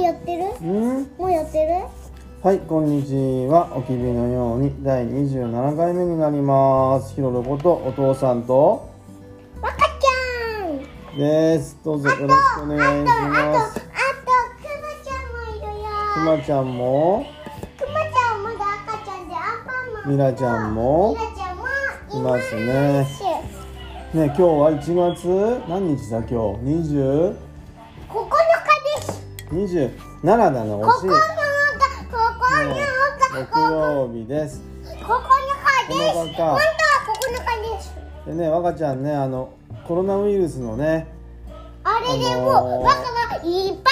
やってるうんもうやってるはい、こんにちは。おきびのように第27回目になります。ひろろことお父さんとわかちゃんです。どうぞよろしくおあと、願いしあますと、あと、。くまちゃんもいるくよまちゃんもくまちゃんまだ赤ちゃんでアンパンマンとミラちゃんもミラちゃんもいいまますすね。ね、今日は1月何日だ今日20 9日です27だな9惜し日いが9日木曜日です9日ですこの本子当かは9日ですでね若ちゃんねあのコロナウイルスのねあれでもうバカがいっぱい食って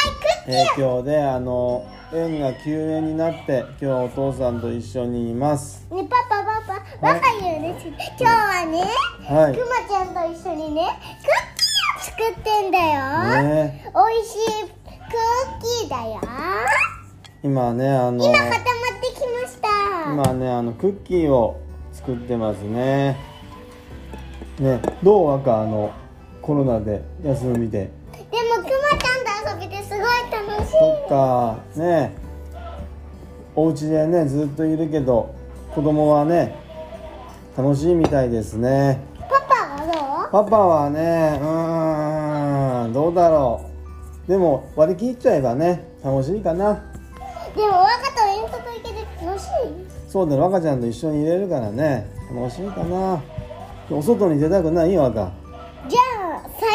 影響であの園が休園になって今日はお父さんと一緒にいますねパパパパバカ言うね今日はねはいくまちゃんと一緒にねクッキーを作ってんだよ、ねおいしいクッキーだよ今ねあの今固まってきました今ねあのクッキーを作ってますねねどう若あのコロナで休みででもくまちゃんと遊びてすごい楽しいそっかねお家でねずっといるけど子供はね楽しいみたいですねパパはどうパパはねうーんどうだろうでも割り切っちゃえばね楽しいかなでも若と遠足行けて楽しいそうだろ赤ちゃんと一緒にいれるからね楽しいかなお外に出たくないよ赤ねじゃあさ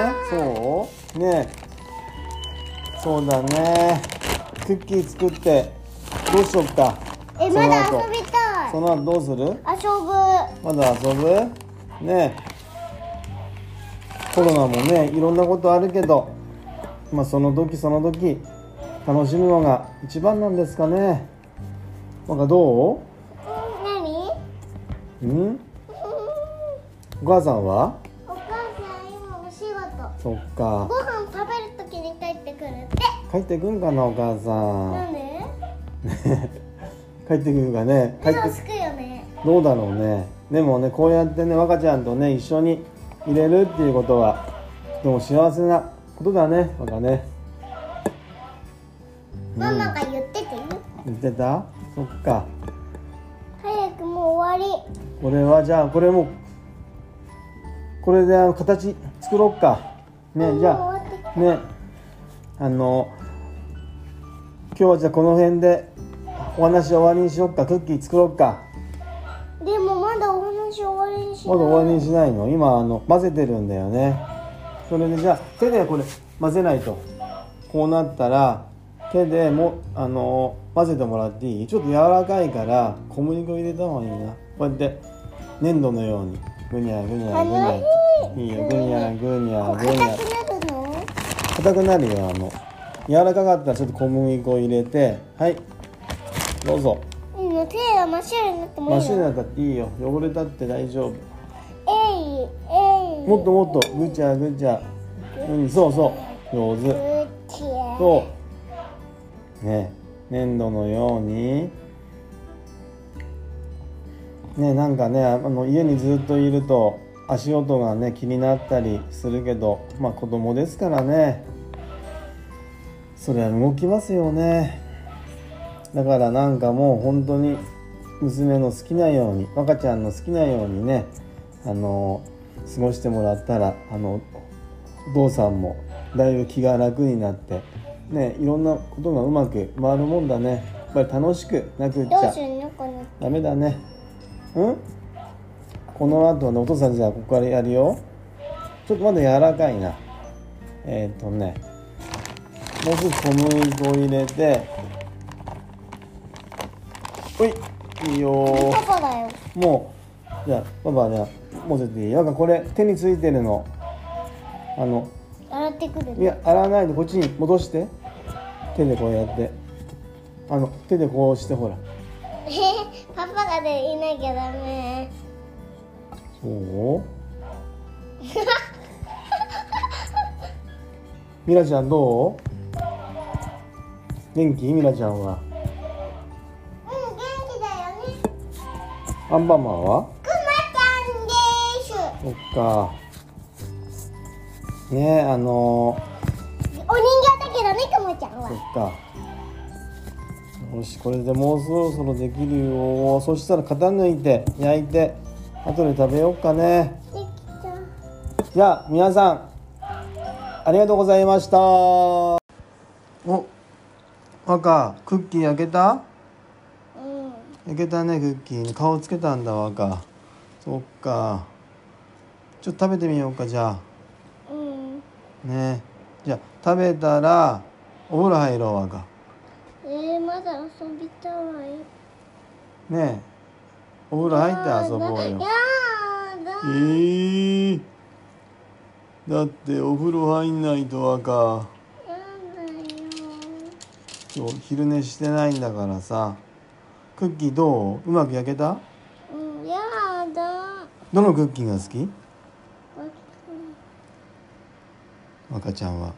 よならそうねそうだねクッキー作ってどうしよっかえそまのだ後遊びたいその後どうする遊ぶまだ遊ぶねえコロナもねいろんなことあるけどまあその時その時楽しむのが一番なんですかねなんかど何 ううんお母さんはお母さん今お仕事そっかご飯食べるときに帰ってくるって帰ってくんかなお母なさんでん 帰ってくるかね帰っ嘘てつくよねどうだろうねでもねこうやってね若ちゃんとね一緒に入れるっていうことはでも幸せなことだね若ねママが言っててよ言ってたそっか早くもう終わりこれはじゃあこれもこれであの形作ろうかねじもうゃ終わってあねあの今日はじゃあこの辺でお話終わりにしよっかクッキー作ろうかでもまだお話終わりにしなまいだ終わりにしないの今あの混ぜてるんだよねそれでじゃあ手でこれ混ぜないとこうなったら手でもあの混ぜてもらっていいちょっと柔らかいから小麦粉入れた方がいいなこうやって粘土のようにぐにゃぐにゃぐにゃいいよぐにゃぐにゃこうぐに硬くゃなるの硬くなるよあの柔らかかったらちょっと小麦粉入れてはいどうぞいいの手が真っ白になってもいいマのシンだったっていいよ汚れたって大丈夫えいえいもっともっとぐちゃぐちゃうんそうそう上う手っちゃそうね粘土のようにねなんかねあの家にずっといると足音がね気になったりするけどまあ子供ですからねそれは動きますよねだからなんかもう本当に娘の好きなように赤ちゃんの好きなようにねあの過ごしてもらったらあのお父さんもだいぶ気が楽になって、ね、いろんなことがうまく回るもんだねやっぱり楽しくなくっちどうゃするのこのダメだねうんこの後はねお父さんじゃあここからやるよちょっとまだ柔らかいなえっ、ー、とねもうすぐ小麦粉を入れてほいいいよーパパだよもうじゃあパパじゃあもうちょっといいなんかこれ手についてるのあの洗ってくるいや洗わないでこっちに戻して手でこうやってあの手でこうしてほらえ パパがでいなきゃダメ そうミラちゃんどう元気ミラちゃんはうん元気だよねアンパンマンはくまちゃんでそっかねえあのす。おお人形だけどねくもちゃんはそっかよしこれでもうそろそろできるよそしたら型抜いて焼いて後で食べようかねできたじゃあ皆さんありがとうございましたお若クッキー焼けたうん焼けたねクッキーに顔つけたんだ若そっかちょっと食べてみようかじゃうんあねじゃあ食べたらお風呂入ろう若えー、まだ遊びたいねお風呂入って遊ぼうよやだえー、だってお風呂入んないと赤やだよ今日昼寝してないんだからさクッキーどううまく焼けたうんやだどのクッキーが好きわ赤ちゃんは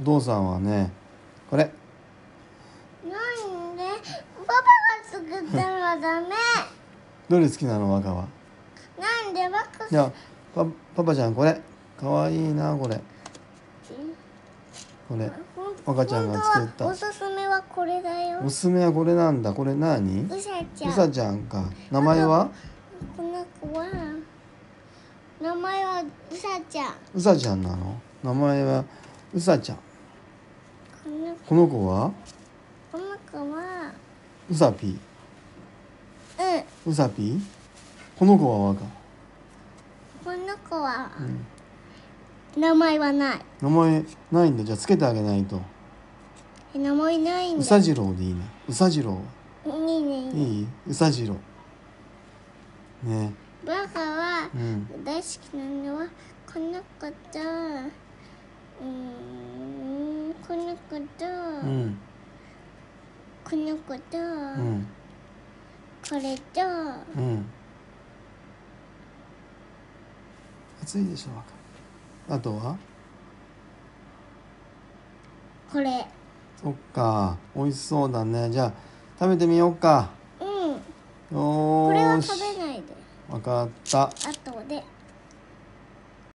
お父さんはねこれなんでパパが作ったのはダメどれ好きなの赤はなんでワクチじゃあパパパちゃんこれかわいいなこれンこれ本赤ちゃんが作った当はおすすめはこれだよおすすめはこれなんだこれ何うさちゃううさちゃんか名前はこの子は名前はうさちゃんうさちゃんなの名前はうさちゃんこのこの子はこの子はうさぴーうんうさぴーこの子はわかこの子は、ん名前はない名前ないんだじゃあつけてあげないとえ名前ないんうださじろうでいいなうさじろいいねいいうねいいうさじろうねバカはえうん大好きなのはこの子とうーんこの子と、うんこの子と、うんこれとうん暑いでしょわかあとはこれそっか美味しそうだねじゃあ食べてみようかうんよこれーはし食べないでわかったあとで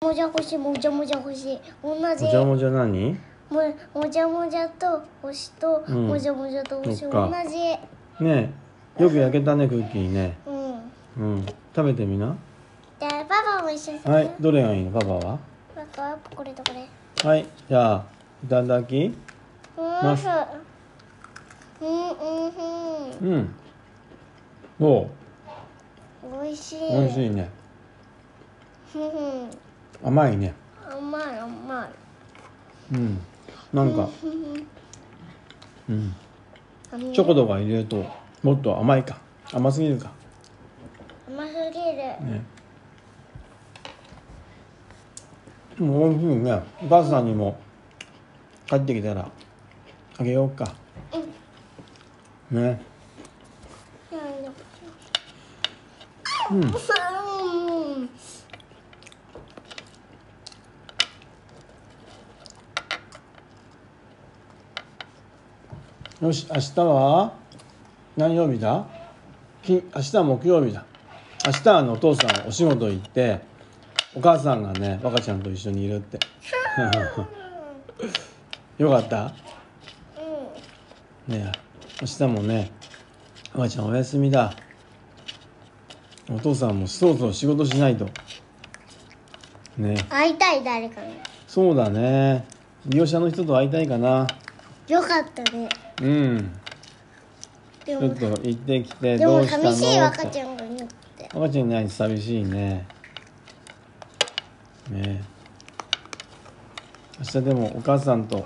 もじゃ星もじゃもじゃ星同じもじゃ何ももじゃもじゃと星と、うんもじゃもじゃと星そっ同かじねえよく焼けたねクッキーねうんうん食べてみなでパパも一緒にはい、どれがいいのパパはなんかこれとこれはい、じゃあいただきうんふうんうんふんうんどおいしいう美味しいねふんふん甘いね甘い甘いうんなんかふんふんうん甘いチョコとか入れるともっと甘いか甘すぎるか甘すぎるねでも美味しいねお母さんにも帰ってきたらあげようかねなんだうんうんよし明日は何曜日だき明日は木曜日だ明日はあのお父さんお仕事行ってお母さんがね若ちゃんと一緒にいるって よかったねえ明日もね若ちゃんお休みだお父さんもそろそろ仕事しないとねえ会いたい誰かにそうだね利用者の人と会いたいかなよかったねうんでちょもっと行ってきてでどうもしたの寂しいって赤ちゃんがいなくて赤ちゃんいないと寂しいねね明日でもお母さんと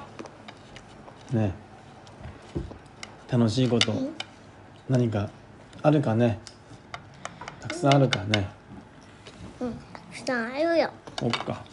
ね楽しいこと何かあるかねたくさんあるかねうんしたあるよおっか